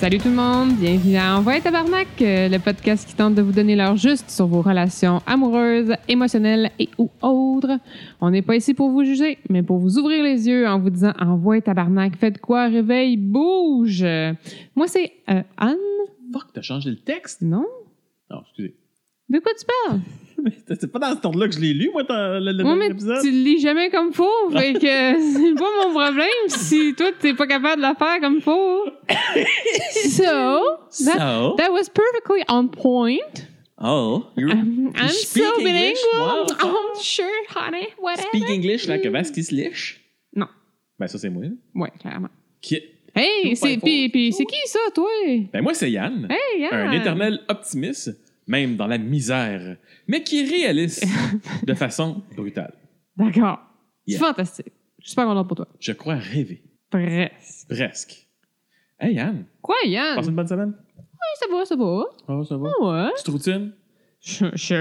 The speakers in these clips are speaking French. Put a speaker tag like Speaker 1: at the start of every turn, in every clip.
Speaker 1: Salut tout le monde, bienvenue à Envoyer Tabarnak, euh, le podcast qui tente de vous donner l'heure juste sur vos relations amoureuses, émotionnelles et ou autres. On n'est pas ici pour vous juger, mais pour vous ouvrir les yeux en vous disant Envoyez Tabarnak, faites quoi, réveille, bouge. Euh, Moi c'est euh, Anne,
Speaker 2: Fuck, t'as changé le texte?
Speaker 1: non?
Speaker 2: Non, excusez.
Speaker 1: De quoi tu parles?
Speaker 2: Mais c'est c'est pas dans ce ton-là que je l'ai lu, moi, ton- le, le
Speaker 1: Moi,
Speaker 2: dernier
Speaker 1: mais
Speaker 2: épisode.
Speaker 1: tu le lis jamais comme faux, fait que c'est pas mon problème si toi t'es pas capable de la faire comme faux. So, that,
Speaker 2: So,
Speaker 1: that was perfectly on point.
Speaker 2: Ah, oh, you
Speaker 1: Hein? I'm, I'm
Speaker 2: speak
Speaker 1: so
Speaker 2: English?
Speaker 1: bilingual.
Speaker 2: Wow.
Speaker 1: I'm sure, honey, whatever.
Speaker 2: speak English like a Vasquez Lich?
Speaker 1: Non.
Speaker 2: Ben, ça, c'est moi. là.
Speaker 1: Ouais, clairement.
Speaker 2: Qui...
Speaker 1: Hey,
Speaker 2: Tout
Speaker 1: c'est
Speaker 2: point
Speaker 1: pis,
Speaker 2: faux.
Speaker 1: pis c'est qui ça, toi? Hey,
Speaker 2: Ben, moi, c'est Yann.
Speaker 1: yeah.
Speaker 2: Un éternel optimiste, même dans la misère, mais qui est réaliste de façon brutale.
Speaker 1: D'accord. C'est
Speaker 2: Yeah.
Speaker 1: fantastique. Je suis super content pour toi.
Speaker 2: Je crois rêver.
Speaker 1: Presque.
Speaker 2: Presque. Hey, Yann,
Speaker 1: Quoi, Yann?
Speaker 2: passe
Speaker 1: Ouais,
Speaker 2: une bonne semaine?
Speaker 1: ça va, ça va.
Speaker 2: Oh, ça va.
Speaker 1: Ouais.
Speaker 2: Tu te routines?
Speaker 1: Sure, Sure.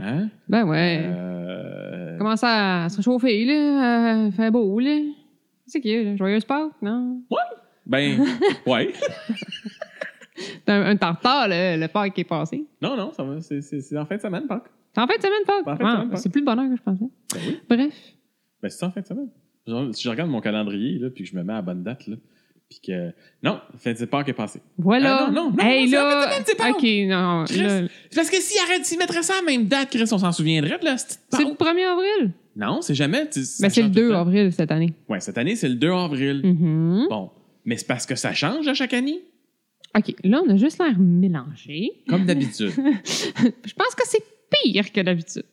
Speaker 2: Hein?
Speaker 1: Ben ouais.
Speaker 2: Euh...
Speaker 1: commence à se réchauffer, là. Euh, Fait beau, là. C'est qui, là? Joyeuse Pâques, non?
Speaker 2: Ben, ouais.
Speaker 1: C'est un, un tartare, là, le Pâques qui est passé.
Speaker 2: Non, non, ça va. c'est- C'est c'est en fin de semaine, Pâques.
Speaker 1: C'est en fin de semaine, Pâques.
Speaker 2: En fin de
Speaker 1: Ah,
Speaker 2: semaine, Pâques.
Speaker 1: c'est plus le bonheur que je pensais.
Speaker 2: Ben oui.
Speaker 1: Bref.
Speaker 2: Ben, c'est ça, en fin de semaine. Genre, si je regarde mon calendrier, là, puis que je me mets à la bonne date, là, puis que... Non, fin de Pâques est passé.
Speaker 1: Voilà.
Speaker 2: Ah, non, non, non,
Speaker 1: hey,
Speaker 2: c'est en
Speaker 1: là.
Speaker 2: fin de semaine, c'est Pâques.
Speaker 1: OK, non.
Speaker 2: Chris.
Speaker 1: là,
Speaker 2: Parce que s'il arrête, s'il mettrait ça à la même date, Chris, on s'en souviendrait de la petite
Speaker 1: C'est le
Speaker 2: Pâques.
Speaker 1: 1er avril.
Speaker 2: Non, c'est jamais... tu- ça
Speaker 1: Mais c'est le
Speaker 2: change tout
Speaker 1: 2
Speaker 2: temps.
Speaker 1: avril cette année.
Speaker 2: Ouais, cette année, c'est le 2 avril.
Speaker 1: Mhm.
Speaker 2: Bon, mais c'est parce que ça change à chaque année,
Speaker 1: OK, là, on a juste l'air mélangé.
Speaker 2: comme d'habitude.
Speaker 1: Je pense que c'est pire que d'habitude.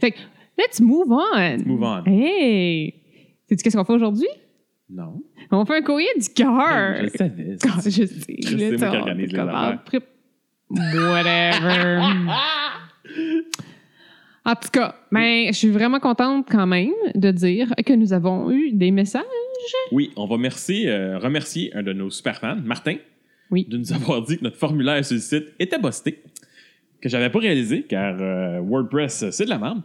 Speaker 1: Fait que, let's move on.
Speaker 2: Move on.
Speaker 1: Hey! Sais-tu qu'est-ce qu'on fait aujourd'hui?
Speaker 2: Non.
Speaker 1: On fait un courrier du cœur.
Speaker 2: Ben, Je le savais.
Speaker 1: Ah, je sais.
Speaker 2: Chris,
Speaker 1: là,
Speaker 2: c'est moi qui
Speaker 1: t'as-
Speaker 2: organise
Speaker 1: t'as
Speaker 2: les
Speaker 1: comme-
Speaker 2: affaires.
Speaker 1: Prip- Whatever. en tout cas, ben, je suis vraiment contente quand même de dire que nous avons eu des messages.
Speaker 2: Oui, on va merci- euh, remercier un de nos super fans, Martin,
Speaker 1: Oui.
Speaker 2: de nous avoir dit que notre formulaire sur le site était busté, que j'avais pas réalisé, car euh, WordPress, euh, c'est de la merde.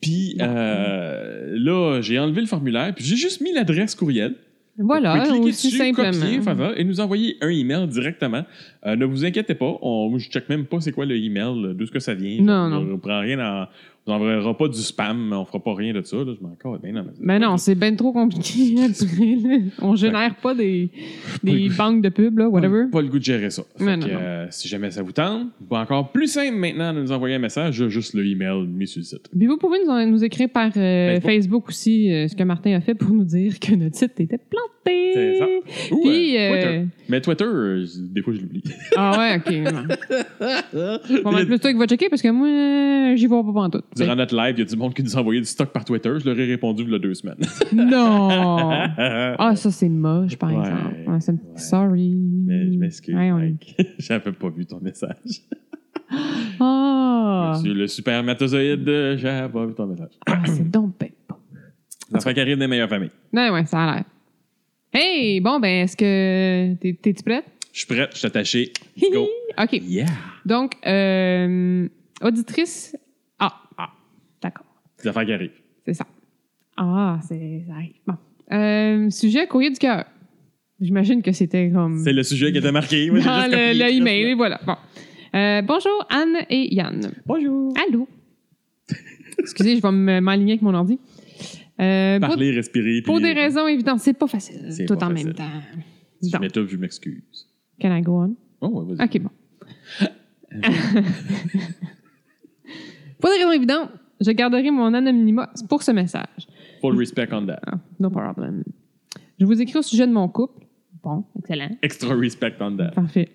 Speaker 2: Puis euh, là, j'ai enlevé le formulaire, puis j'ai juste mis l'adresse courriel. Vous
Speaker 1: Voilà,
Speaker 2: pouvez cliquer
Speaker 1: aussi
Speaker 2: dessus,
Speaker 1: simplement.
Speaker 2: copier, faire ça, et nous envoyer un email directement. Euh, ne vous inquiétez pas, on, je check même pas c'est quoi le email, là, d'où ce que ça vient.
Speaker 1: Non,
Speaker 2: on,
Speaker 1: non.
Speaker 2: On prend rien, en- on n'enverra pas du spam, on fera pas rien de ça. Là, je m'en casse. Ben non, mais-
Speaker 1: mais non, c'est bien trop compliqué après. là. On génère pas des, des banques de pub, là, whatever.
Speaker 2: Pas, pas le goût de gérer ça. Fait
Speaker 1: Mais
Speaker 2: que,
Speaker 1: non, non.
Speaker 2: euh, si jamais ça vous tente, ou encore plus simple maintenant de nous envoyer un message, juste le email mis sur le site.
Speaker 1: Puis vous pouvez nous, nous écrire par euh,
Speaker 2: Facebook.
Speaker 1: Facebook. aussi euh, ce que Martin a fait pour nous dire que notre site était planté.
Speaker 2: C'est ça. Ou,
Speaker 1: Puis,
Speaker 2: euh, Twitter.
Speaker 1: euh,
Speaker 2: Mais Twitter, euh, j- des fois, je l'oublie.
Speaker 1: ah ouais, ok. non. Pas mal ben, plus toi qui va checker parce que moi, euh, j'y vois pas pantoute.
Speaker 2: Durant notre live, il y a du monde qui nous envoyait du stock par Twitter. Je leur ai répondu il y a deux semaines.
Speaker 1: Non! Ah, ça, c'est moche, par
Speaker 2: Ouais,
Speaker 1: exemple. Ouais, c'est-
Speaker 2: ouais.
Speaker 1: Sorry.
Speaker 2: Mais je m'excuse,
Speaker 1: Ouais, on-
Speaker 2: Mike. J'avais pas vu ton message.
Speaker 1: Ah!
Speaker 2: Monsieur le super matozoïde, j'avais pas vu ton message.
Speaker 1: Ah, c'est donc ben pas.
Speaker 2: Ça fait qu'arrive des meilleures familles.
Speaker 1: Non, ouais, ça a l'air. Hey, bon, ben, est-ce que. t'es- T'es-tu prête?
Speaker 2: Je suis prête, je suis attaché. Let's go.
Speaker 1: OK.
Speaker 2: Yeah.
Speaker 1: Donc, euh, auditrice. Ah.
Speaker 2: Ah.
Speaker 1: D'accord.
Speaker 2: Ça fait qu'arrive.
Speaker 1: C'est ça. Ah, c'est. Ça arrive. Bon. Euh, sujet courrier du cœur. J'imagine que c'était comme.
Speaker 2: C'est le sujet qui était marqué. Moi, j'ai
Speaker 1: dans
Speaker 2: juste
Speaker 1: le,
Speaker 2: copié.
Speaker 1: le email, et voilà. Bon. Euh, bonjour Anne et Yann.
Speaker 2: Bonjour.
Speaker 1: Allô. Excusez, je vais me- m'aligner avec mon ordi. Euh, pour,
Speaker 2: Parler, respirer.
Speaker 1: pour
Speaker 2: puis-
Speaker 1: des raisons évidentes, c'est pas facile
Speaker 2: C'est
Speaker 1: tout
Speaker 2: pas
Speaker 1: en
Speaker 2: facile.
Speaker 1: même temps.
Speaker 2: Si je
Speaker 1: Donc,
Speaker 2: m'étouffe, je m'excuse.
Speaker 1: can I go on?
Speaker 2: Oh, ouais, vas-y.
Speaker 1: OK, bon. pour des raisons évidentes, je garderai mon anonymat pour ce message.
Speaker 2: Full respect on that.
Speaker 1: Ah, no problem. Je vous écris au sujet de mon couple. Bon, excellent.
Speaker 2: Extra respect on that.
Speaker 1: Parfait.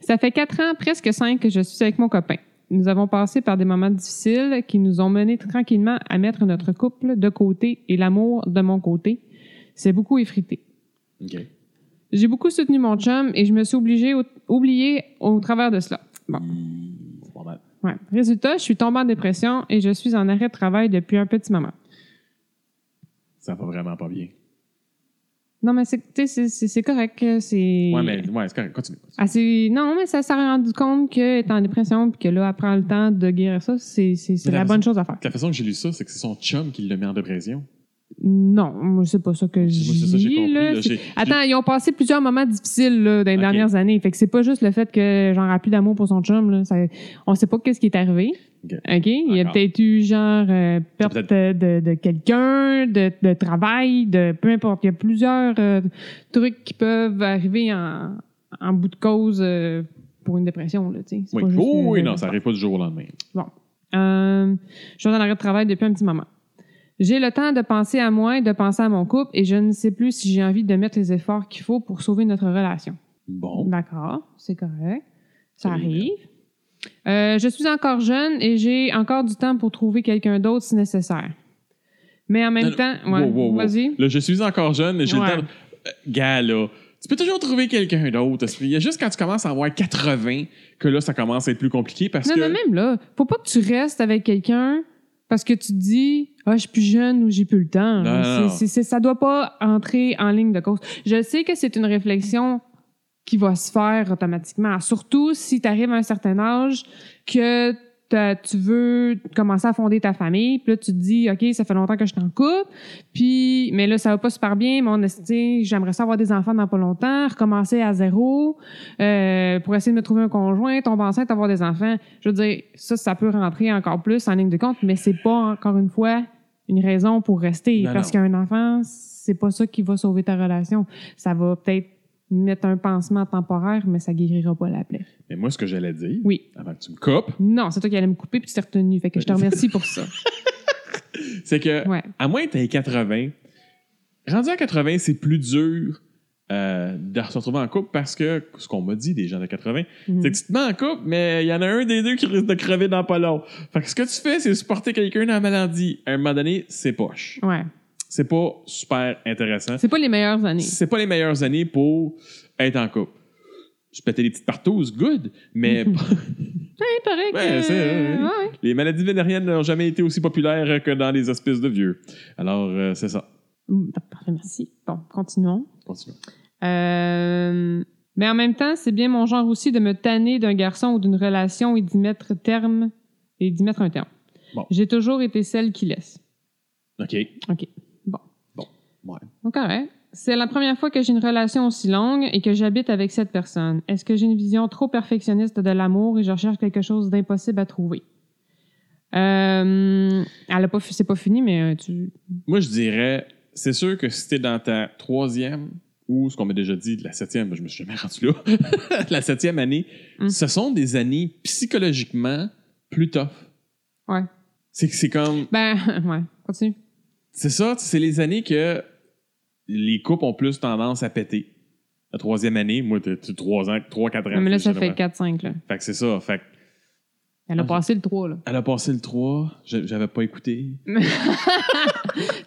Speaker 1: Ça fait quatre ans, presque cinq, que je suis avec mon copain. Nous avons passé par des moments difficiles qui nous ont menés tranquillement à mettre notre couple de côté et l'amour de mon côté. C'est beaucoup effrité.
Speaker 2: OK.
Speaker 1: J'ai beaucoup soutenu mon chum et je me suis obligée au- oubliée au travers de cela. Bon.
Speaker 2: Mmh, c'est pas mal.
Speaker 1: Ouais. Résultat, je suis tombée en dépression et je suis en arrêt de travail depuis un petit moment.
Speaker 2: Ça va vraiment pas bien.
Speaker 1: Non, mais c'est, tu sais, c'est- c'est c'est correct. euh, C'est.
Speaker 2: Ouais, mais ouais, c'est correct. Continue.
Speaker 1: Ah, c'est- non, mais ça s'est rendu compte qu'elle est en dépression puis que là, elle prend le temps de guérir ça. C'est c'est- c'est la
Speaker 2: Mais la
Speaker 1: bonne chose à faire.
Speaker 2: La façon que j'ai lu ça, c'est que c'est son chum qui le met en dépression.
Speaker 1: Non, moi, c'est pas ça que
Speaker 2: Moi,
Speaker 1: je
Speaker 2: c'est ça que j'ai
Speaker 1: dis,
Speaker 2: compris.
Speaker 1: là.
Speaker 2: là.
Speaker 1: C'est-
Speaker 2: J'ai-
Speaker 1: Attends, ils ont passé plusieurs moments difficiles là, dans les
Speaker 2: Ok.
Speaker 1: dernières années. Fait que c'est pas juste le fait que genre a plus d'amour pour son chum. Là. Ça- on sait pas qu'est-ce qui est arrivé.
Speaker 2: Ok.
Speaker 1: OK? Il y a
Speaker 2: D'accord.
Speaker 1: peut-être eu genre euh, perte de, de quelqu'un, de, de travail, de peu importe. Il y a plusieurs euh, trucs qui peuvent arriver en, en bout de cause euh, pour une dépression. Là, tu sais. C'est
Speaker 2: Oui,
Speaker 1: pas juste,
Speaker 2: Oh, oui,
Speaker 1: euh,
Speaker 2: non, ça arrive pas du jour au lendemain.
Speaker 1: euh, je suis en arrêt de travail depuis un petit moment. J'ai le temps de penser à moi et de penser à mon couple et je ne sais plus si j'ai envie de mettre les efforts qu'il faut pour sauver notre relation.
Speaker 2: Bon.
Speaker 1: D'accord, c'est correct.
Speaker 2: C'est
Speaker 1: Ça arrive. Euh, je suis encore jeune et j'ai encore du temps pour trouver quelqu'un d'autre si nécessaire. Mais en même
Speaker 2: Non,
Speaker 1: temps,
Speaker 2: non.
Speaker 1: ouais,
Speaker 2: Wow, wow, wow.
Speaker 1: vas-y.
Speaker 2: Là, je suis encore jeune, j'ai
Speaker 1: Ouais.
Speaker 2: le temps. de- Euh, Gars, là, tu peux toujours trouver quelqu'un d'autre. Il y a juste quand tu commences à avoir 80 que là, ça commence à être plus compliqué parce
Speaker 1: Non,
Speaker 2: que.
Speaker 1: mais même là, faut pas que tu restes avec quelqu'un parce que tu te dis ah je suis plus jeune ou j'ai plus le temps.
Speaker 2: Non,
Speaker 1: C'est-
Speaker 2: non.
Speaker 1: c'est- c'est- ça doit pas entrer en ligne de cause. Je sais que c'est une réflexion qui va se faire automatiquement, surtout si tu arrives à un certain âge que t'as- tu veux commencer à fonder ta famille, puis là tu te dis OK, ça fait longtemps que je t'en couple, puis mais là ça va pas super bien, mon esti, j'aimerais ça avoir des enfants dans pas longtemps, recommencer à zéro euh, pour essayer de me trouver un conjoint, tomber enceinte, avoir des enfants. Je veux dire ça ça peut rentrer encore plus en ligne de compte, mais c'est pas encore une fois une raison pour rester
Speaker 2: Non,
Speaker 1: parce
Speaker 2: non.
Speaker 1: qu'un enfant, c'est pas ça qui va sauver ta relation. Ça va peut-être mettre un pansement temporaire, mais ça guérira pas la plaie.
Speaker 2: Mais moi, ce que j'allais dire,
Speaker 1: Oui.
Speaker 2: avant que tu me coupes,
Speaker 1: Non, c'est toi qui allais me couper puis tu t'es retenu. Fait que je te remercie pour ça.
Speaker 2: c'est que.
Speaker 1: Ouais.
Speaker 2: à moins que tu aies 80, rendu à 80, c'est plus dur euh, de se retrouver en couple parce que ce qu'on m'a dit des gens de 80,
Speaker 1: Mhm.
Speaker 2: c'est que tu te mets en couple, mais il y en a un des deux qui risque de crever dans pas long. Fait que ce que tu fais, c'est supporter quelqu'un dans la maladie. À un moment donné, c'est poche.
Speaker 1: Ouais.
Speaker 2: C'est pas super intéressant.
Speaker 1: C'est pas les meilleures années.
Speaker 2: C'est pas les meilleures années pour être en couple. Je pétais des petites partous, good, mais
Speaker 1: C'est correct.
Speaker 2: Ouais,
Speaker 1: euh,
Speaker 2: c'est- ouais, ouais.
Speaker 1: ouais.
Speaker 2: les maladies vénériennes n'ont jamais été aussi populaires que dans les espèces de vieux. Alors, euh, c'est ça.
Speaker 1: Ouh, Parfait, merci. Bon, continuons.
Speaker 2: Continuons.
Speaker 1: Euh, Mais en même temps, c'est bien mon genre aussi de me tanner d'un garçon ou d'une relation et d'y mettre terme et d'y mettre un terme.
Speaker 2: Bon.
Speaker 1: J'ai toujours été celle qui laisse.
Speaker 2: OK.
Speaker 1: OK. Bon.
Speaker 2: Bon. Ouais.
Speaker 1: Donc, correct. C'est la première fois que j'ai une relation aussi longue et que j'habite avec cette personne. Est-ce que j'ai une vision trop perfectionniste de l'amour et je recherche quelque chose d'impossible à trouver? Euh, elle a pas, fi- c'est pas fini, mais euh, tu.
Speaker 2: Moi, je dirais, c'est sûr que si t'es dans ta troisième ou ce qu'on m'a déjà dit de la septième, ben, je me suis jamais rendu là, la septième année,
Speaker 1: Mm.
Speaker 2: ce sont des années psychologiquement plus tough.
Speaker 1: Ouais.
Speaker 2: C'est que c'est comme,
Speaker 1: Ben, ouais, continue.
Speaker 2: c'est ça, c'est les années que les couples ont plus tendance à péter. La troisième année, moi, t'es t'es trois ans, trois, quatre ans.
Speaker 1: mais là, ça
Speaker 2: généralement.
Speaker 1: fait 4-5, là.
Speaker 2: Fait que c'est ça. Fait que
Speaker 1: Elle a
Speaker 2: Ah,
Speaker 1: passé le 3, là.
Speaker 2: elle a passé le 3, j'a- j'avais pas écouté.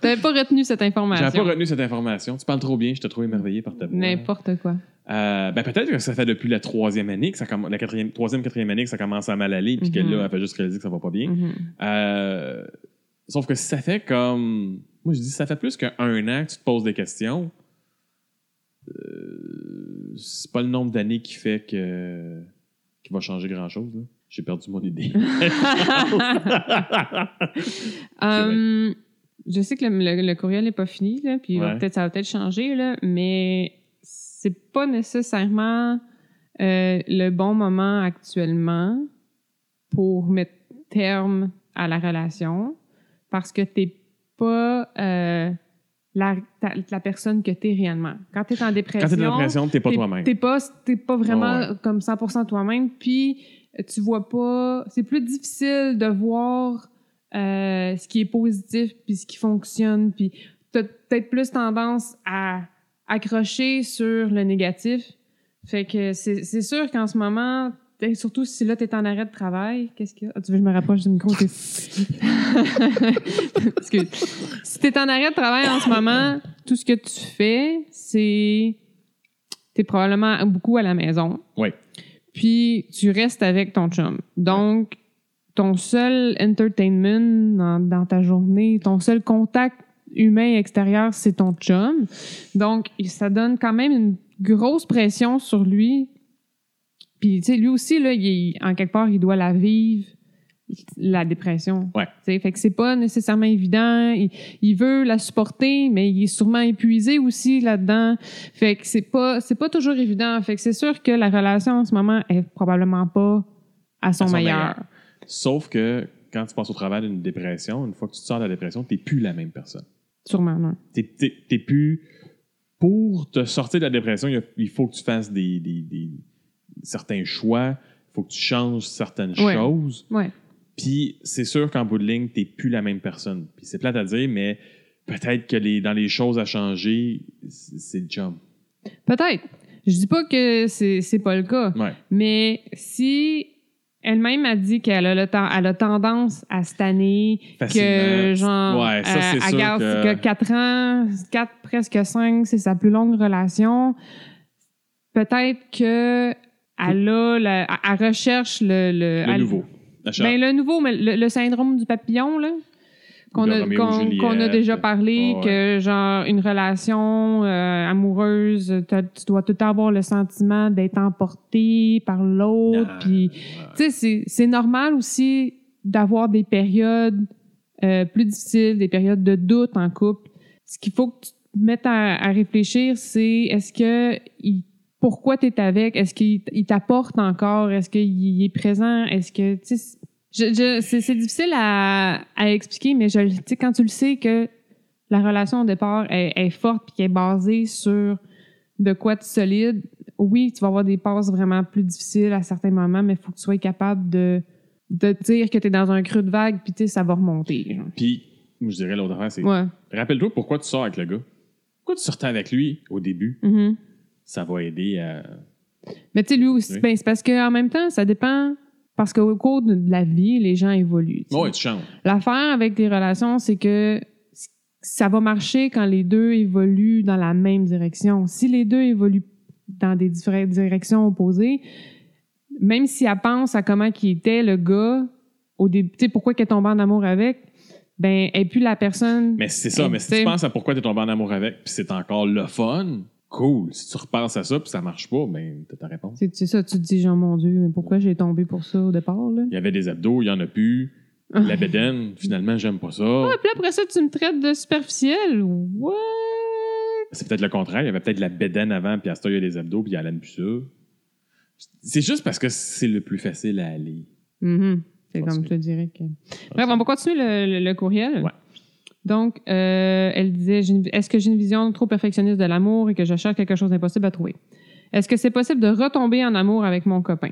Speaker 1: T'avais pas retenu cette
Speaker 2: J'avais pas
Speaker 1: information.
Speaker 2: retenu cette information. Tu parles trop bien, je t'ai trouvé émerveillé par ta voix.
Speaker 1: N'importe quoi.
Speaker 2: Euh, ben peut-être que ça fait depuis la troisième année que ça commence, la quatrième, troisième, quatrième année que ça commence à mal aller, puis
Speaker 1: Mhm.
Speaker 2: que là, elle fait juste réaliser que ça va pas bien.
Speaker 1: Mhm.
Speaker 2: Euh, sauf que si ça fait comme, moi je dis, ça fait plus qu'un an que tu te poses des questions. euh, c'est pas le nombre d'années qui fait que qui va changer grand chose. J'ai perdu mon idée.
Speaker 1: Hum, je sais que le, le- le courriel n'est pas fini, là, puis il va
Speaker 2: Ouais.
Speaker 1: peut-être- ça va peut-être changer, là, mais c'est pas nécessairement euh, le bon moment actuellement pour mettre terme à la relation parce que t'es pas euh, la, ta- la personne que t'es réellement. Quand t'es en
Speaker 2: Quand t'es dans la
Speaker 1: dépression,
Speaker 2: pression, t'es pas
Speaker 1: T'es-
Speaker 2: toi-même.
Speaker 1: T'es pas, t'es pas vraiment
Speaker 2: Ouais,
Speaker 1: comme 100% toi-même, puis euh, tu vois pas. C'est plus difficile de voir euh, ce qui est positif, puis ce qui fonctionne, puis t'as peut-être plus tendance à accrocher sur le négatif. Fait que c'est c'est sûr qu'en ce moment, t'es- surtout si là t'es en arrêt de travail, qu'est-ce que Ah, tu veux que je me rapproche du micro t'es- Excuse. Si t'es en arrêt de travail en ce moment, tout ce que tu fais, c'est t'es probablement beaucoup à la maison.
Speaker 2: Oui.
Speaker 1: Puis tu restes avec ton chum. Donc, ton seul entertainment dans, dans ta journée, ton seul contact humain extérieur, c'est ton chum. Donc, ça donne quand même une grosse pression sur lui. Puis, tu sais, lui aussi, là, il, est- en quelque part, il doit la vivre, la dépression.
Speaker 2: Ouais.
Speaker 1: Tu sais, fait que c'est pas nécessairement évident. Il, il veut la supporter, mais il est sûrement épuisé aussi là-dedans. Fait que c'est pas, c'est pas toujours évident. Fait que c'est sûr que la relation en ce moment est probablement pas à son,
Speaker 2: son
Speaker 1: meilleur.
Speaker 2: meilleur. Sauf que quand tu passes au travers d'une dépression, une fois que tu te sors de la dépression, t'es plus la même personne.
Speaker 1: Sûrement, non.
Speaker 2: T'es- T'es t'es plus. Pour te sortir de la dépression, il y a- il faut que tu fasses des, des- des- certains choix, il faut que tu changes certaines
Speaker 1: Ouais.
Speaker 2: choses.
Speaker 1: Ouais.
Speaker 2: Puis c'est sûr qu'en bout de ligne, t'es plus la même personne. Puis c'est plate à dire, mais peut-être que les, dans les choses à changer, c'est c'est le job.
Speaker 1: Peut-être. Je dis pas que c'est c'est pas le cas,
Speaker 2: Ouais.
Speaker 1: mais si elle-même a dit qu'elle a, le ten- elle a tendance à se tanner, que
Speaker 2: Facilement.
Speaker 1: genre,
Speaker 2: Ouais, ça,
Speaker 1: euh,
Speaker 2: c'est
Speaker 1: elle
Speaker 2: sûr
Speaker 1: garde
Speaker 2: que-
Speaker 1: 4 ans, 4, presque 5, c'est sa plus longue relation, peut-être que elle a, la- elle recherche le... Le,
Speaker 2: Le
Speaker 1: elle-
Speaker 2: nouveau. La charte.
Speaker 1: Ben, le nouveau, mais le, le syndrome du papillon, là. Qu'on
Speaker 2: de
Speaker 1: a,
Speaker 2: Roméo et
Speaker 1: qu'on-
Speaker 2: Juliette.
Speaker 1: qu'on a déjà parlé,
Speaker 2: Ah ouais.
Speaker 1: que genre une relation euh, amoureuse, t'as- tu dois tout le temps avoir le sentiment d'être emporté par l'autre.
Speaker 2: Ah,
Speaker 1: Puis,
Speaker 2: ouais.
Speaker 1: tu sais, c'est- c'est normal aussi d'avoir des périodes euh, plus difficiles, des périodes de doute en couple. Ce qu'il faut que tu te mettes à, à réfléchir, c'est est-ce que il- pourquoi tu es avec? Est-ce qu'il il t'apporte encore? Est-ce qu'il est présent? Est-ce que tu sais, c'est- je- je- c'est c'est difficile à, à expliquer, mais je, le- tu sais, quand tu le sais que la relation au départ est, est forte puis qu'elle est basée sur de quoi de solide, oui, tu vas avoir des passes vraiment plus difficiles à certains moments, mais il faut que tu sois capable de, de te dire que tu es dans un creux de vague, puis tu sais, ça va remonter. genre.
Speaker 2: Puis, moi, je dirais l'autre affaire, c'est
Speaker 1: Ouais.
Speaker 2: Rappelle-toi pourquoi tu sors avec le gars. Pourquoi tu sortais avec lui au début?
Speaker 1: mhm.
Speaker 2: Ça va aider à.
Speaker 1: Mais tu sais, lui aussi,
Speaker 2: Oui.
Speaker 1: ben, c'est parce qu'en même temps, ça dépend. Parce qu'au cours de de la vie, les gens évoluent. tu sais.
Speaker 2: Ouais, tu changes.
Speaker 1: L'affaire avec les relations, c'est que c- ça va marcher quand les deux évoluent dans la même direction. Si les deux évoluent dans des différentes directions opposées, même si elle pense à comment qui était le gars au début, tu sais, pourquoi qu'elle est tombée en amour avec, ben elle est plus la personne.
Speaker 2: Mais c'est ça,
Speaker 1: Et
Speaker 2: mais si
Speaker 1: t'sais-
Speaker 2: tu penses à pourquoi t'es tombé en amour avec, puis c'est encore le fun, cool. Si tu repenses à ça, puis ça marche pas, ben, t'as ta réponse.
Speaker 1: C'est c'est ça, tu te dis genre mon Dieu, mais pourquoi j'ai tombé pour ça au départ là
Speaker 2: Il y avait des abdos, il y en a plus. La bédaine, finalement, j'aime pas ça.
Speaker 1: Ah, puis là, après ça, tu me traites de superficielle. What?
Speaker 2: C'est peut-être le contraire. Il y avait peut-être la bédaine avant, puis à ce temps, il y a des abdos, puis il y a l'aine plus ça. C'est juste parce que c'est le plus facile à aller.
Speaker 1: Mhm. C'est
Speaker 2: Continue.
Speaker 1: comme je te dirais que. Bref, on va continuer le, le- le courriel.
Speaker 2: Ouais.
Speaker 1: Donc, euh, elle disait J'ai une- Est-ce que j'ai une vision trop perfectionniste de l'amour et que je cherche quelque chose d'impossible à trouver Est-ce que c'est possible de retomber en amour avec mon copain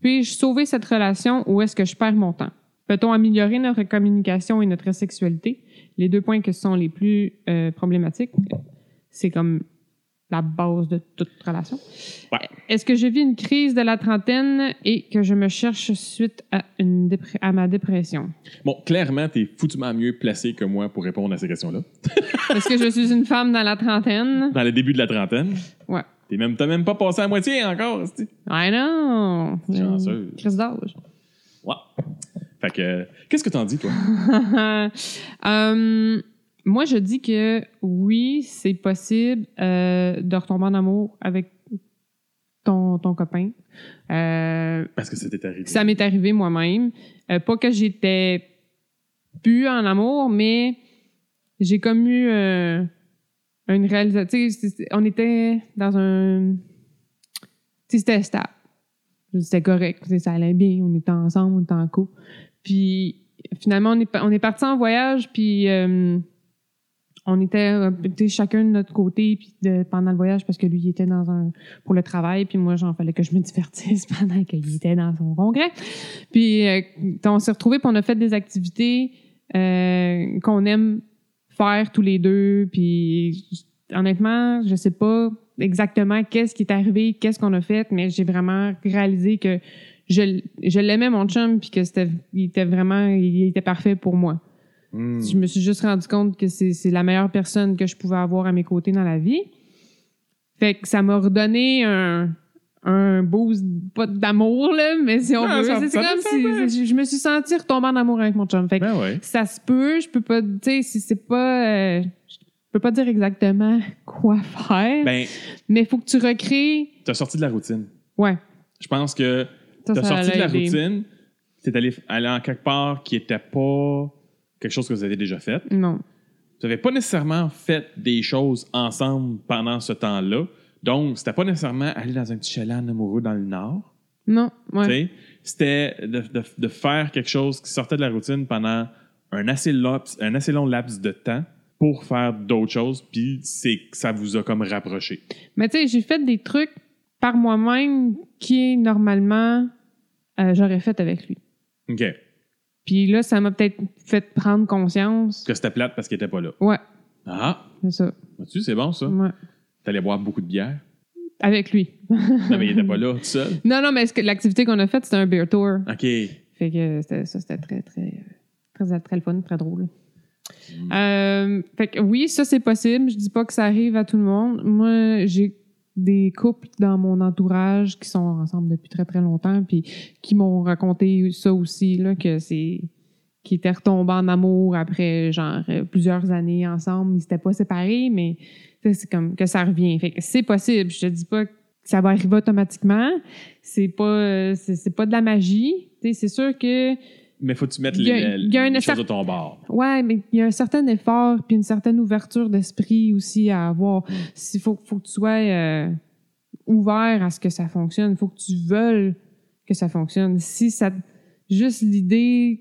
Speaker 1: Puis-je sauver cette relation ou est-ce que je perds mon temps Peut-on améliorer notre communication et notre sexualité Les deux points qui sont les plus euh, problématiques, c'est comme la base de toute relation.
Speaker 2: Ouais.
Speaker 1: Est-ce que je vis une crise de la trentaine et que je me cherche suite à, une dépre- à ma dépression?
Speaker 2: Bon, clairement, t'es foutument mieux placé que moi pour répondre à ces questions-là.
Speaker 1: Est-ce que je suis une femme dans la trentaine?
Speaker 2: dans le début de la trentaine.
Speaker 1: Ouais.
Speaker 2: T'es même, t'as même pas passé à moitié encore. c'est-
Speaker 1: I know!
Speaker 2: Chanceuse.
Speaker 1: Une Crise d'âge.
Speaker 2: Ouais. Fait que, qu'est-ce que t'en dis, toi?
Speaker 1: Hum, moi, je dis que oui, c'est possible euh, de retomber en amour avec ton, ton copain. Euh,
Speaker 2: Parce que c'était arrivé.
Speaker 1: Ça m'est arrivé moi-même. Euh, pas que j'étais plus en amour, mais j'ai comme eu euh, une réalisation. tu sais, c'est- c'est- On était dans un. tu sais, C'était stable. C'était correct. tu sais, Ça allait bien. On était ensemble, on était en couple. Puis finalement, on est, pa- on est parti en voyage, puis euh, on était euh, tu sais, chacun de notre côté puis de- pendant le voyage parce que lui, il était dans un pour le travail, puis moi, j'en fallait que je me divertisse pendant qu'il était dans son congrès. Puis euh, on s'est retrouvés, puis on a fait des activités euh, qu'on aime faire tous les deux. Puis j- honnêtement, je sais pas exactement qu'est-ce qui est arrivé, qu'est-ce qu'on a fait, mais j'ai vraiment réalisé que je, l- je l'aimais mon chum, puis que c'était, il était vraiment, il était parfait pour moi.
Speaker 2: Hmm.
Speaker 1: Je me suis juste rendu compte que c'est c'est la meilleure personne que je pouvais avoir à mes côtés dans la vie. Fait que ça m'a redonné un, un boost, pas d'amour, là, mais si on
Speaker 2: Non,
Speaker 1: veut.
Speaker 2: ça-
Speaker 1: C'est c'est
Speaker 2: ça
Speaker 1: comme
Speaker 2: dépend,
Speaker 1: si
Speaker 2: ouais.
Speaker 1: si je me suis sentie retomber en amour avec mon chum. Fait que
Speaker 2: Ben ouais.
Speaker 1: ça se peut, je peux pas, tu sais, si c'est pas, euh, je peux pas dire exactement quoi faire,
Speaker 2: Ben,
Speaker 1: mais il faut que tu recrées.
Speaker 2: t'as sorti de la routine.
Speaker 1: Ouais.
Speaker 2: Je pense que
Speaker 1: Ça,
Speaker 2: t'as
Speaker 1: ça
Speaker 2: sorti de la
Speaker 1: l'a aidé.
Speaker 2: routine, t'es allé aller en quelque part qui était pas quelque chose que vous avez déjà fait.
Speaker 1: Non.
Speaker 2: Vous avez pas nécessairement fait des choses ensemble pendant ce temps-là. Donc, c'était pas nécessairement aller dans un petit chalet en amoureux dans le Nord.
Speaker 1: Non. Ouais.
Speaker 2: Tu sais, C'était de, de- de faire quelque chose qui sortait de la routine pendant un assez, laps- un assez long laps de temps pour faire d'autres choses, puis c'est ça vous a comme rapproché.
Speaker 1: Mais tu sais, j'ai fait des trucs par moi-même qui, normalement, euh, j'aurais fait avec lui.
Speaker 2: OK.
Speaker 1: Puis là, ça m'a peut-être fait prendre conscience.
Speaker 2: Que c'était plate parce qu'il était pas là.
Speaker 1: Ouais,
Speaker 2: Ah,
Speaker 1: c'est ça.
Speaker 2: tu c'est bon ça.
Speaker 1: Ouais.
Speaker 2: T'allais boire beaucoup de bière.
Speaker 1: Avec lui.
Speaker 2: Non, mais il était pas là tout seul.
Speaker 1: Non, non, mais ce que- l'activité qu'on a faite, c'était un beer tour.
Speaker 2: OK.
Speaker 1: Fait que c'était- ça, c'était très, très, euh, très, très le fun, très drôle.
Speaker 2: Mm.
Speaker 1: Euh, fait que oui, ça, c'est possible. Je dis pas que ça arrive à tout le monde. Moi, j'ai des couples dans mon entourage qui sont ensemble depuis très, très longtemps, puis qui m'ont raconté ça aussi, là, que c'est qui étaient retombés en amour après genre euh, plusieurs années ensemble, ils s'étaient pas séparés, mais tu sais, c'est comme que ça revient. Fait que c'est possible. Je te dis pas que ça va arriver automatiquement. C'est pas euh, c'est c'est pas de la magie. Tu sais, c'est sûr que
Speaker 2: Mais faut que tu mettes
Speaker 1: Il y a-
Speaker 2: les,
Speaker 1: il y a un
Speaker 2: les
Speaker 1: effort-
Speaker 2: choses de ton bord.
Speaker 1: Ouais, mais il y a un certain effort puis une certaine ouverture d'esprit aussi à avoir. Il faut, faut que tu sois euh, ouvert à ce que ça fonctionne. Il faut que tu veuilles que ça fonctionne. Si ça, juste l'idée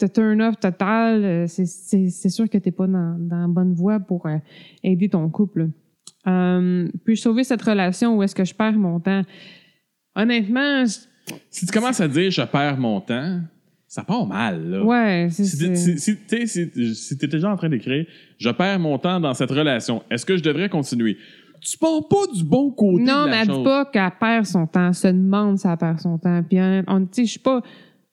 Speaker 1: de turn-off total, euh, c'est- c'est c'est sûr que tu n'es pas dans, dans la bonne voie pour euh, aider ton couple. Euh, puis-je sauver cette relation ou est-ce que je perds mon temps? Honnêtement, je-
Speaker 2: Si tu commences à dire je perds mon temps, ça part mal, là.
Speaker 1: ouais, c'est...
Speaker 2: Euh, Si, tu-
Speaker 1: c'est-
Speaker 2: si, si- tu sais, si- si t'es déjà en train d'écrire, je perds mon temps dans cette relation. Est-ce que je devrais continuer? Tu pars pas du bon côté
Speaker 1: Non,
Speaker 2: de
Speaker 1: mais
Speaker 2: la
Speaker 1: elle
Speaker 2: chose.
Speaker 1: dit pas qu'elle perd son temps. Elle se demande si elle perd son temps. Puis, on- on, tu sais, je suis pas.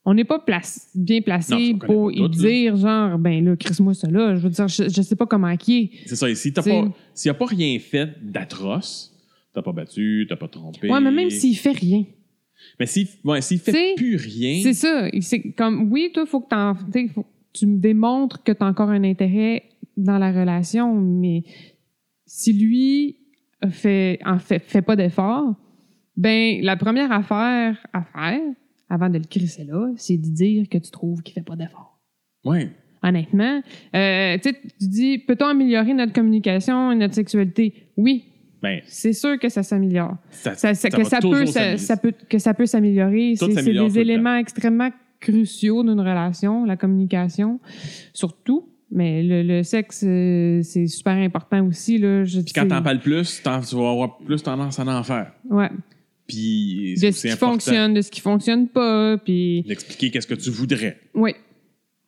Speaker 1: On n'est pas place- bien
Speaker 2: Non,
Speaker 1: placé
Speaker 2: on connaît
Speaker 1: pour
Speaker 2: pas
Speaker 1: y
Speaker 2: toutes, là.
Speaker 1: dire, genre, ben là, crisse-moi ça là. Je veux dire, je, je sais pas comment qui est.
Speaker 2: C'est ça. Et si t'as
Speaker 1: C'est-
Speaker 2: pas, s'il y a pas rien fait d'atroce, t'as pas battu, t'as pas trompé.
Speaker 1: Ouais, mais même s'il fait rien.
Speaker 2: Mais s'il, ouais, s'il
Speaker 1: Tu sais,
Speaker 2: fait plus rien.
Speaker 1: C'est ça. C'est comme, oui, toi, faut que t'en- tu sais, faut que tu me démontres que tu as encore un intérêt dans la relation, mais si lui fait, en fait, fait pas d'effort, ben, la première affaire à faire, avant de le crisser là, c'est de dire que tu trouves qu'il fait pas d'effort
Speaker 2: Ouais.
Speaker 1: honnêtement. Euh, tu sais, tu dis, peut-on améliorer notre communication et notre sexualité? Oui,
Speaker 2: Ben,
Speaker 1: c'est sûr que ça s'améliore.
Speaker 2: ça,
Speaker 1: Ça, ça-
Speaker 2: ça
Speaker 1: que,
Speaker 2: va
Speaker 1: ça
Speaker 2: toujours
Speaker 1: peut, ça,
Speaker 2: s'améliorer.
Speaker 1: ça peut, que ça peut s'améliorer.
Speaker 2: Tout
Speaker 1: C'est c'est
Speaker 2: s'améliore tout
Speaker 1: des
Speaker 2: le
Speaker 1: éléments extrêmement cruciaux d'une relation, la communication, surtout. Mais le, le sexe, euh, c'est super important aussi. Là, je,
Speaker 2: Puis quand t'en
Speaker 1: c'est-
Speaker 2: parles plus, t'en- tu vas avoir plus tendance à en faire.
Speaker 1: Ouais,
Speaker 2: Puis
Speaker 1: de
Speaker 2: c'est
Speaker 1: ce qui
Speaker 2: important
Speaker 1: fonctionne, de ce qui fonctionne pas. Puis
Speaker 2: d'expliquer qu'est-ce que tu voudrais.
Speaker 1: Oui.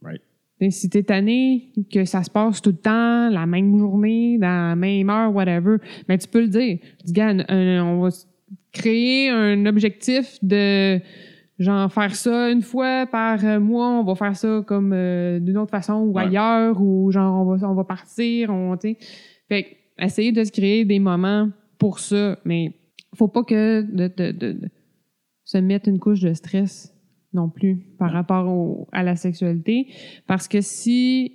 Speaker 2: Right.
Speaker 1: Mais si t'es tanné, que ça se passe tout le temps, la même journée, dans la même heure, whatever, mais tu peux le dire. Tu dis, gars, euh, on va s- créer un objectif de genre faire ça une fois par euh, mois, on va faire ça comme euh, d'une autre façon ou
Speaker 2: Ouais.
Speaker 1: ailleurs, ou genre on va, on va partir, on, tu sais. Fait que, essayer de se créer des moments pour ça, mais faut pas que de, de- de- de se mettre une couche de stress non plus par rapport au- à la sexualité. Parce que si.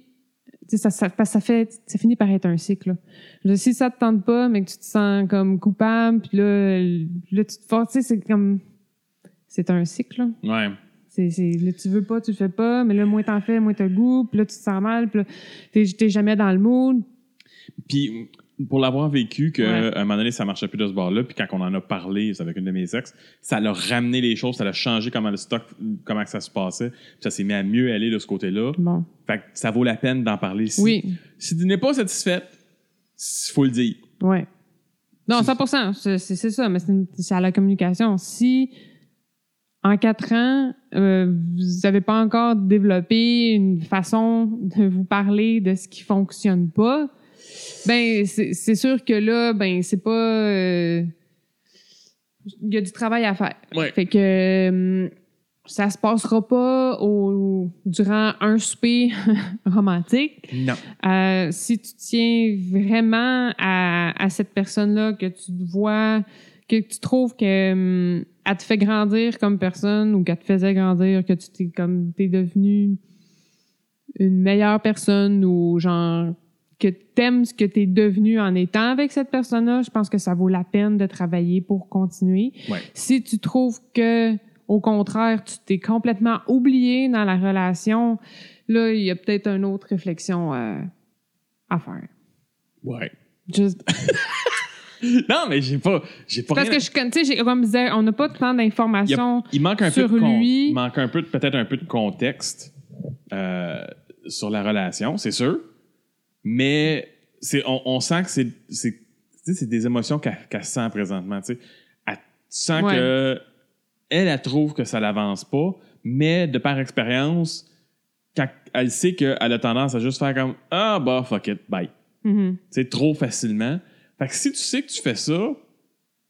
Speaker 1: tu sais, Ça, ça, parce que ça, fait, ça finit par être un cycle. là. Je veux dire, si ça te tente pas, mais que tu te sens comme coupable, puis là, là tu te forces, tu sais, c'est comme. C'est un cycle. là.
Speaker 2: Ouais.
Speaker 1: C'est, c'est, là, tu veux pas, tu le fais pas, mais là, moins t'en fais, moins t'as le goût, puis là, tu te sens mal, puis là, t'es, t'es jamais dans le mood.
Speaker 2: Puis pour l'avoir vécu, que
Speaker 1: Ouais.
Speaker 2: à un moment donné, ça marchait plus de ce bord-là, puis quand on en a parlé c'est avec une de mes ex, ça l'a ramené les choses, ça l'a changé comment le stock, comment que ça se passait, puis ça s'est mis à mieux aller de ce côté-là.
Speaker 1: Bon.
Speaker 2: Fait que ça vaut la peine d'en parler. Si,
Speaker 1: Oui.
Speaker 2: si tu n'es pas satisfaite, il faut le dire.
Speaker 1: Ouais. Non,
Speaker 2: C'est-
Speaker 1: 100 c'est, c'est- c'est ça, mais c'est, une- c'est à la communication. Si en quatre ans, euh, vous n'avez pas encore développé une façon de vous parler de ce qui fonctionne pas, ben c'est, c'est sûr que là, ben c'est pas. euh, Il y a du travail à faire.
Speaker 2: Ouais.
Speaker 1: Fait que hum, ça se passera pas au, durant un souper romantique.
Speaker 2: Non.
Speaker 1: Euh, si tu tiens vraiment à, à cette personne-là, que tu te vois que tu trouves que hum, elle te fait grandir comme personne ou qu'elle te faisait grandir, que tu t'es comme t'es devenu une meilleure personne ou genre que t'aimes ce que t'es devenu en étant avec cette personne-là, je pense que ça vaut la peine de travailler pour continuer.
Speaker 2: Ouais.
Speaker 1: Si tu trouves que au contraire, tu t'es complètement oublié dans la relation, là, il y a peut-être une autre réflexion euh, à faire.
Speaker 2: Ouais.
Speaker 1: Juste
Speaker 2: Non, mais j'ai pas. J'ai pas
Speaker 1: Parce
Speaker 2: rien-
Speaker 1: que je connais, tu sais, j'ai- comme je disais, on n'a pas tant d'informations.
Speaker 2: Il manque un
Speaker 1: sur
Speaker 2: peu de con-
Speaker 1: lui.
Speaker 2: il manque un peu de- peut-être un peu de contexte euh, sur la relation, c'est sûr. Mais c'est on, on sent que c'est c'est tu sais, c'est des émotions qu'elle qu'elle sent présentement, tu sais. Elle sent
Speaker 1: Ouais.
Speaker 2: que elle, elle trouve que ça l'avance pas, mais de par expérience, quand elle sait qu'elle a tendance à juste faire comme ah bah fuck it, bye
Speaker 1: Mhm.
Speaker 2: tu sais, trop facilement. Fait que si tu sais que tu fais ça,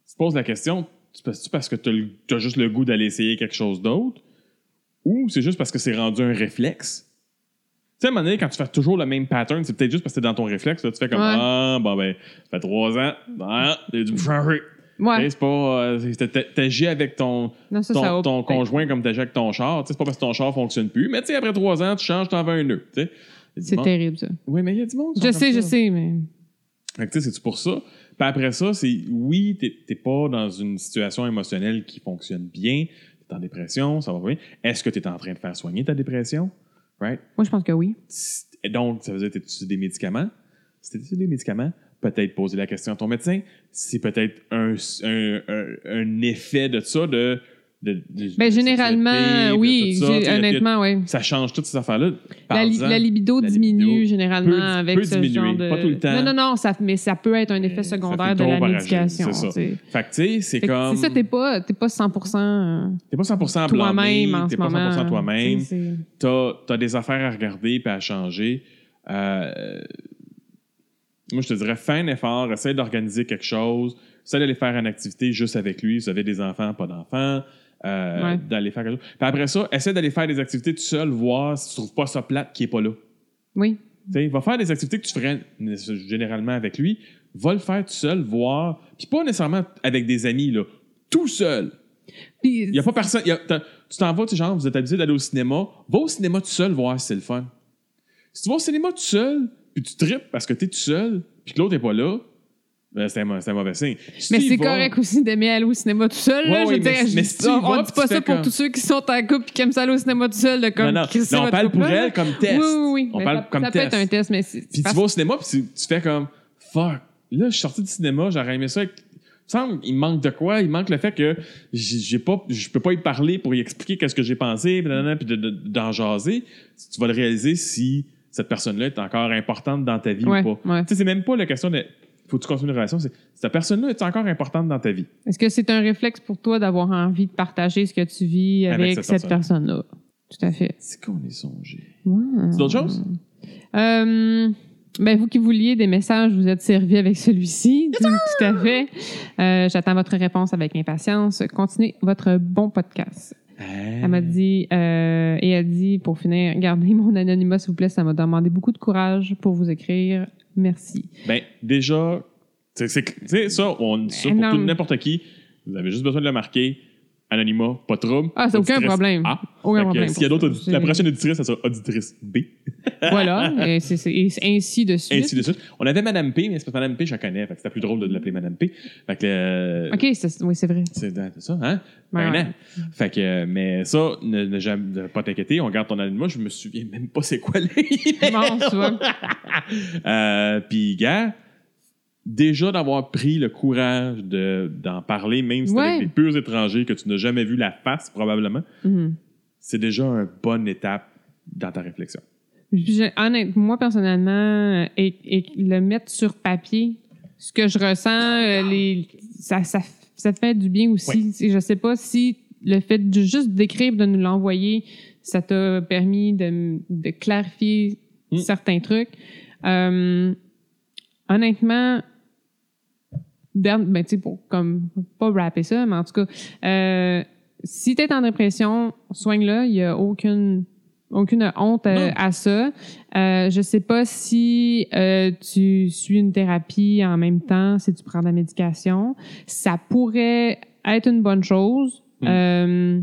Speaker 2: tu te poses la question, tu penses-tu parce que tu as juste le goût d'aller essayer quelque chose d'autre ou c'est juste parce que c'est rendu un réflexe? Tu sais, à un moment donné, quand tu fais toujours le même pattern, c'est peut-être juste parce que c'est dans ton réflexe. Là, tu fais comme
Speaker 1: Ouais.
Speaker 2: Ah, bon, ben, ça fait trois ans, ah, j'ai dû me changer. Tu
Speaker 1: Ouais.
Speaker 2: sais, C'est pas. euh, c'est- t'a- T'agis avec ton,
Speaker 1: Non, ça,
Speaker 2: ton,
Speaker 1: ça
Speaker 2: ton conjoint comme t'agis avec ton char. Tu sais, C'est pas parce que ton char fonctionne plus, mais tu sais, après trois ans, tu changes, t'en vas un nœud. tu sais. Il y a du
Speaker 1: C'est
Speaker 2: monde-
Speaker 1: terrible, ça.
Speaker 2: Oui, mais il y a du monde. qui
Speaker 1: Je
Speaker 2: sont comme
Speaker 1: sais, je
Speaker 2: ça.
Speaker 1: sais, mais.
Speaker 2: Fait que tu sais, c'est-tu pour ça? Puis après ça, c'est oui, t'es t'es pas dans une situation émotionnelle qui fonctionne bien, t'es en dépression, ça va pas bien. Est-ce que t'es en train de faire soigner ta dépression? Right?
Speaker 1: Moi, je pense que oui.
Speaker 2: Si- Donc, ça veut dire que t'es sur des médicaments? Si t'es sur des médicaments, peut-être poser la question à ton médecin. C'est peut-être un, un, un- un effet de ça, de. de, de-
Speaker 1: Ben,
Speaker 2: de sexualité,
Speaker 1: généralement,
Speaker 2: de
Speaker 1: oui.
Speaker 2: tout ça.
Speaker 1: j'ai-
Speaker 2: Tu sais,
Speaker 1: honnêtement, oui.
Speaker 2: y a- Ça change toutes ces affaires-là.
Speaker 1: La, li-
Speaker 2: Parle-en.
Speaker 1: la libido
Speaker 2: La
Speaker 1: diminue
Speaker 2: libido
Speaker 1: généralement
Speaker 2: peut-
Speaker 1: avec
Speaker 2: peut
Speaker 1: ce
Speaker 2: diminuer,
Speaker 1: genre de.
Speaker 2: pas tout le temps.
Speaker 1: Non, non, non, ça, mais ça peut être un effet
Speaker 2: ça fait
Speaker 1: secondaire de
Speaker 2: trop
Speaker 1: la
Speaker 2: paragé,
Speaker 1: médication.
Speaker 2: c'est ça.
Speaker 1: tu sais.
Speaker 2: Fait que, tu sais, c'est
Speaker 1: Fait que
Speaker 2: comme.
Speaker 1: C'est ça, t'es pas, t'es pas 100%
Speaker 2: T'es pas 100% blâmé,
Speaker 1: euh, toi-même en
Speaker 2: t'es
Speaker 1: ce
Speaker 2: pas
Speaker 1: moment.
Speaker 2: 100% toi-même,
Speaker 1: Tu sais, c'est-
Speaker 2: t'as as des affaires à regarder puis à changer. Euh, moi, je te dirais, fais un effort, essaie d'organiser quelque chose, essaie d'aller faire une activité juste avec lui, si vous avez des enfants, pas d'enfants, euh,
Speaker 1: Ouais.
Speaker 2: d'aller faire quelque chose. Puis après ça, essaie d'aller faire des activités tout seul, voir si tu trouves pas ça plate qui est pas là.
Speaker 1: Oui.
Speaker 2: T'sais, va faire des activités que tu ferais né- généralement avec lui. Va le faire tout seul, voir. Puis pas nécessairement avec des amis, là. Tout seul.
Speaker 1: Puis,
Speaker 2: Il y a pas personne. y a- t'as- tu t'en vas, tu sais, genre, vous êtes habitué d'aller au cinéma. Va au cinéma tout seul voir si c'est le fun. Si tu vas au cinéma tout seul, puis tu tripes parce que t'es tout seul, puis que l'autre est pas là, ben, c'est un, mau- c'est un mauvais signe. Si
Speaker 1: Mais
Speaker 2: tu y
Speaker 1: c'est
Speaker 2: vas-
Speaker 1: correct aussi d'aimer aller au cinéma tout seul.
Speaker 2: Ouais,
Speaker 1: là,
Speaker 2: ouais,
Speaker 1: je veux
Speaker 2: mais-
Speaker 1: dire, je
Speaker 2: mais
Speaker 1: dis
Speaker 2: si tu y
Speaker 1: ça,
Speaker 2: vas,
Speaker 1: on
Speaker 2: puis
Speaker 1: dit
Speaker 2: tu
Speaker 1: pas
Speaker 2: fais
Speaker 1: ça pour
Speaker 2: comme-
Speaker 1: tous ceux qui sont en couple et qui aiment ça aller au cinéma tout seul. de Comme
Speaker 2: Non, non,
Speaker 1: Christ,
Speaker 2: non, on
Speaker 1: votre
Speaker 2: parle pour
Speaker 1: couple, là.
Speaker 2: elle comme test.
Speaker 1: Oui, oui, oui.
Speaker 2: On
Speaker 1: mais
Speaker 2: parle
Speaker 1: ça,
Speaker 2: comme
Speaker 1: ça
Speaker 2: test.
Speaker 1: peut être un test, mais c'est.
Speaker 2: Puis tu
Speaker 1: parce-
Speaker 2: vas au cinéma, puis tu, tu fais comme fuck. Là, je suis sorti du cinéma, j'aurais aimé ça. avec- Il me semble, il manque de quoi Il manque le fait que j'ai j'ai pas, je peux pas y parler pour y expliquer qu'est-ce que j'ai pensé, puis nanana, puis de- de- d'en jaser. Tu vas le réaliser si cette personne-là est encore importante dans ta vie
Speaker 1: Ouais,
Speaker 2: ou pas.
Speaker 1: ouais.
Speaker 2: Tu sais, c'est même pas la question de faut-tu continuer une relation, c'est cette personne-là est encore importante dans ta vie.
Speaker 1: Est-ce que c'est un réflexe pour toi d'avoir envie de partager ce que tu vis
Speaker 2: Avec
Speaker 1: avec,
Speaker 2: cette
Speaker 1: cette personne-là? Tout à fait.
Speaker 2: C'est qu'on est songé.
Speaker 1: Wow.
Speaker 2: C'est d'autres choses?
Speaker 1: Euh, ben, vous qui vouliez des messages, vous êtes servi avec celui-ci. Tout à fait. Euh, J'attends votre réponse avec impatience. Continuez votre bon podcast. Elle m'a dit, euh, et elle dit, pour finir, gardez mon anonymat, s'il vous plaît, ça m'a demandé beaucoup de courage pour vous écrire. Merci.
Speaker 2: Ben, déjà, c'est- c'est tu sais, ça, on dit ça pour
Speaker 1: Énorme.
Speaker 2: tout n'importe qui. Vous avez juste besoin de le marquer. Anonymat, pas de trouble.
Speaker 1: Ah, c'est aucun
Speaker 2: Auditrice
Speaker 1: problème.
Speaker 2: A.
Speaker 1: Aucun
Speaker 2: Fait que,
Speaker 1: problème.
Speaker 2: S'il y a d'autres, audi-
Speaker 1: C'est-
Speaker 2: la prochaine auditrice, ça sera auditrice B.
Speaker 1: Voilà, et, c'est- c'est- et ainsi de suite.
Speaker 2: Ainsi de suite. On avait Madame P, mais c'est parce que Madame P, je la connais. Fait que c'était plus drôle de l'appeler Madame P. Fait que. euh,
Speaker 1: OK, c'est- oui, c'est vrai.
Speaker 2: C'est c'est ça, hein?
Speaker 1: Ouais,
Speaker 2: un
Speaker 1: ouais.
Speaker 2: an. Fait que, euh, mais ça, ne, ne jamais, ne pas t'inquiéter, on garde ton anonymat. Je me souviens même pas c'est quoi les
Speaker 1: Bon, tu vois.
Speaker 2: Euh, Puis, gars, déjà d'avoir pris le courage de- d'en parler, même si c'est
Speaker 1: Ouais.
Speaker 2: avec des purs étrangers que tu n'as jamais vu la face, probablement,
Speaker 1: Mhm.
Speaker 2: c'est déjà une bonne étape dans ta réflexion.
Speaker 1: Puis je- honnête- moi, personnellement, euh, et, et le mettre sur papier, ce que je ressens, euh, les, ça, ça, f- ça fait du bien aussi. Tu sais, Je sais pas si le fait de juste d'écrire, de nous l'envoyer, ça t'a permis de, m- de clarifier
Speaker 2: Mm.
Speaker 1: certains trucs. Euh, honnêtement, dernier, ben, tu sais, pour comme pas rapper ça, mais en tout cas, euh, si tu es en dépression, soigne-le. Il n'y a aucune aucune honte euh,
Speaker 2: Non.
Speaker 1: à ça. Euh, je sais pas si euh, tu suis une thérapie en même temps, si tu prends de la médication. Ça pourrait être une bonne chose.
Speaker 2: Mm.
Speaker 1: Euh,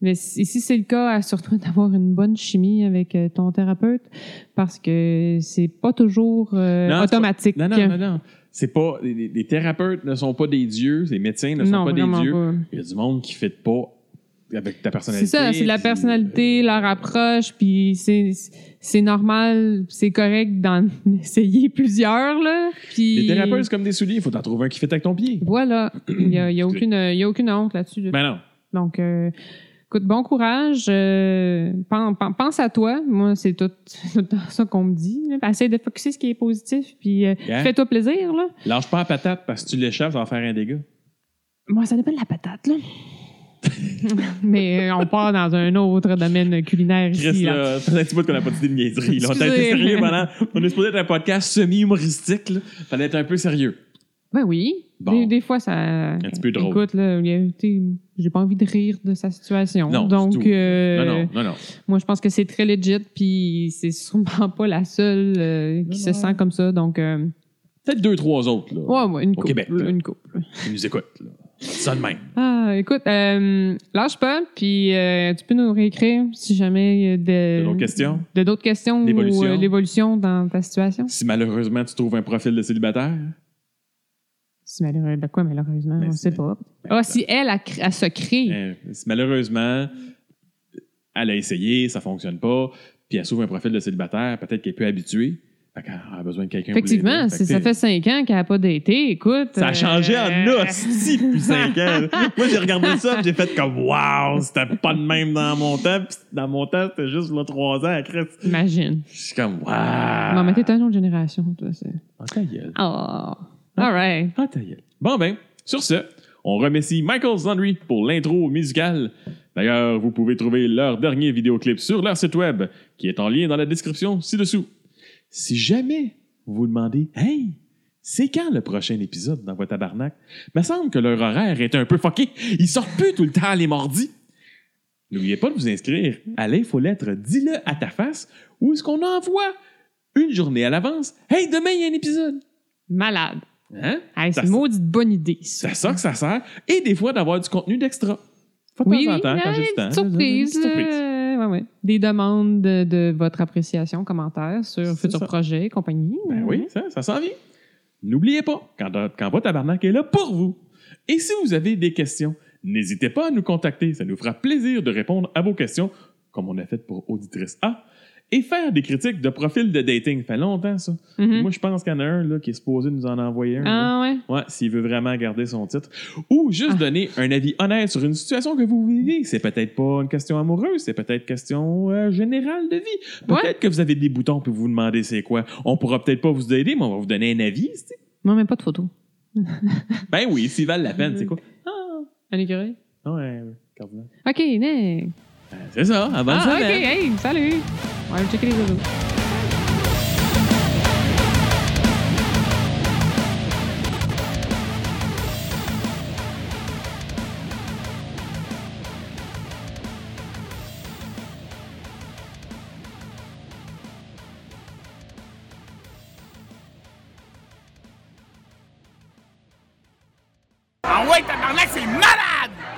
Speaker 1: mais si, si c'est le cas, assure-toi d'avoir une bonne chimie avec euh, ton thérapeute parce que c'est pas toujours euh,
Speaker 2: Non, c'est pas-
Speaker 1: automatique.
Speaker 2: Non, non, non, non. C'est pas, les, les- les thérapeutes ne sont pas des dieux, les médecins ne sont
Speaker 1: Non,
Speaker 2: pas des
Speaker 1: vraiment
Speaker 2: dieux.
Speaker 1: pas.
Speaker 2: Il y a du monde qui ne fit pas avec ta
Speaker 1: C'est
Speaker 2: personnalité.
Speaker 1: ça, c'est la
Speaker 2: puis- euh,
Speaker 1: personnalité, leur approche, puis c'est c'est normal, c'est correct d'en essayer plusieurs là. Puis
Speaker 2: Les thérapeutes, c'est comme des souliers, il faut t'en trouver un qui fit avec ton pied.
Speaker 1: Voilà, il y a, il y a aucune il y a aucune honte là-dessus. là.
Speaker 2: Ben non.
Speaker 1: Donc euh, écoute, bon courage, euh, pen- pen- pense à toi. Moi, c'est tout, c'est tout le temps ça qu'on me dit. là. Essaye de focusser ce qui est positif, puis euh,
Speaker 2: Yeah.
Speaker 1: fais-toi plaisir là.
Speaker 2: Lâche pas la patate parce que tu l'échappes, ça va faire un dégât.
Speaker 1: Moi, ça dépend de la patate là. Mais euh, on part dans un autre domaine culinaire
Speaker 2: Chris,
Speaker 1: ici. là.
Speaker 2: là, ça fait un petit bout qu'on n'a pas dit de niaiserie. là. On a été
Speaker 1: Excusez.
Speaker 2: sérieux pendant. On est supposé être un podcast semi-humoristique. là. Fallait être un peu sérieux.
Speaker 1: Ben oui.
Speaker 2: Bon.
Speaker 1: Des, des fois, ça. Un
Speaker 2: petit peu drôle.
Speaker 1: Écoute, là, il y a- t'sais, j'ai pas envie de rire de sa situation.
Speaker 2: Non, du
Speaker 1: Donc,
Speaker 2: tout.
Speaker 1: euh,
Speaker 2: Non, non, non, non.
Speaker 1: moi, je pense que c'est très legit, puis c'est sûrement pas la seule euh, qui se
Speaker 2: non.
Speaker 1: sent comme ça. Donc, euh,
Speaker 2: Peut-être deux, trois autres, là,
Speaker 1: ouais, ouais, une
Speaker 2: Au
Speaker 1: couple.
Speaker 2: Québec, là.
Speaker 1: une couple.
Speaker 2: qui nous écoutent. Là. Ça de même.
Speaker 1: Ah, écoute, euh, lâche pas, puis euh, tu peux nous réécrire si jamais il y a de.
Speaker 2: De d'autres questions?
Speaker 1: De d'autres questions
Speaker 2: L'évolution.
Speaker 1: ou euh, l'évolution dans ta situation.
Speaker 2: Si malheureusement tu trouves un profil de célibataire,
Speaker 1: Si malheureux, ben quoi, malheureusement,
Speaker 2: Ben,
Speaker 1: on
Speaker 2: c'est-
Speaker 1: sait pas. Ah, si elle, a, cr- elle se crée.
Speaker 2: hein, si malheureusement elle a essayé, ça fonctionne pas, puis elle s'ouvre un profil de célibataire, peut-être qu'elle est peu habituée. Fait qu'elle a besoin de quelqu'un. pour
Speaker 1: Effectivement,
Speaker 2: l'aider.
Speaker 1: si ça
Speaker 2: que
Speaker 1: fait cinq ans qu'elle n'a pas daté, écoute.
Speaker 2: Ça a changé en
Speaker 1: euh,
Speaker 2: hostie depuis 5 ans. Moi, j'ai regardé ça puis j'ai fait comme « Wow! C'était pas de même dans mon temps. » Puis dans mon temps, c'était juste là 3 ans, Ah. Chris.
Speaker 1: Imagine.
Speaker 2: Je suis comme « Wow! »
Speaker 1: Non, mais t'es une autre génération, toi. c'est-
Speaker 2: Ah, ta gueule.
Speaker 1: Oh. All right.
Speaker 2: Ah, ta gueule. Bon, ben, sur ce, on remercie Michael Landry pour l'intro musicale. D'ailleurs, vous pouvez trouver leur dernier vidéoclip sur leur site web, qui est en lien dans la description ci-dessous. Si jamais vous vous demandez « Hey! » C'est quand le prochain épisode dans votre tabarnak? Me semble que leur horaire est un peu fucké. Ils sortent plus tout le temps les mordis. N'oubliez pas de vous inscrire à l'infolettre Dis-le à ta face où est-ce qu'on envoie une journée à l'avance. Hey, demain, il y a un épisode.
Speaker 1: Malade.
Speaker 2: Hein?
Speaker 1: Hey,
Speaker 2: Ça
Speaker 1: c'est une
Speaker 2: se-
Speaker 1: maudite bonne idée. ça.
Speaker 2: C'est ça que ça sert. Et des fois, d'avoir du contenu d'extra. Faut de
Speaker 1: Oui,
Speaker 2: temps
Speaker 1: oui.
Speaker 2: en temps, quand
Speaker 1: hey,
Speaker 2: j'ai du temps.
Speaker 1: petite surprise.
Speaker 2: Une petite surprise.
Speaker 1: euh, ouais, ouais. Des demandes de, de votre appréciation, commentaires sur
Speaker 2: C'est
Speaker 1: futurs
Speaker 2: ça.
Speaker 1: projets et compagnie.
Speaker 2: Ben oui, ça, ça s'en vient. N'oubliez pas, quand, euh, quand pas tabarnak est là pour vous. Et si vous avez des questions, n'hésitez pas à nous contacter. Ça nous fera plaisir de répondre à vos questions, comme on a fait pour Auditrice A. Et faire des critiques de profil de dating. fait longtemps, ça.
Speaker 1: Mhm.
Speaker 2: Moi, je pense qu'il y en a un là, qui est supposé nous en envoyer un. là.
Speaker 1: ah ouais.
Speaker 2: Ouais, s'il veut vraiment garder son titre. Ou juste
Speaker 1: Ah.
Speaker 2: donner un avis honnête sur une situation que vous vivez. C'est peut-être pas une question amoureuse, c'est peut-être question euh, générale de vie. Peut-être
Speaker 1: Ouais.
Speaker 2: que vous avez des boutons puis vous vous demandez c'est quoi. On pourra peut-être pas vous aider, mais on va vous donner un avis. tu sais.
Speaker 1: Moi, même pas de photo.
Speaker 2: Ben oui, s'il valent la peine, c'est quoi? hein, Ah,
Speaker 1: Un écureuil.
Speaker 2: ouais, ouais, Cardinal.
Speaker 1: OK, next.
Speaker 2: Ben, C'est ça, avant
Speaker 1: Ah,
Speaker 2: ça. hein.
Speaker 1: OK, hey, salut. On va checker les autres.
Speaker 3: Ah ouais, tabarnak, c'est malade!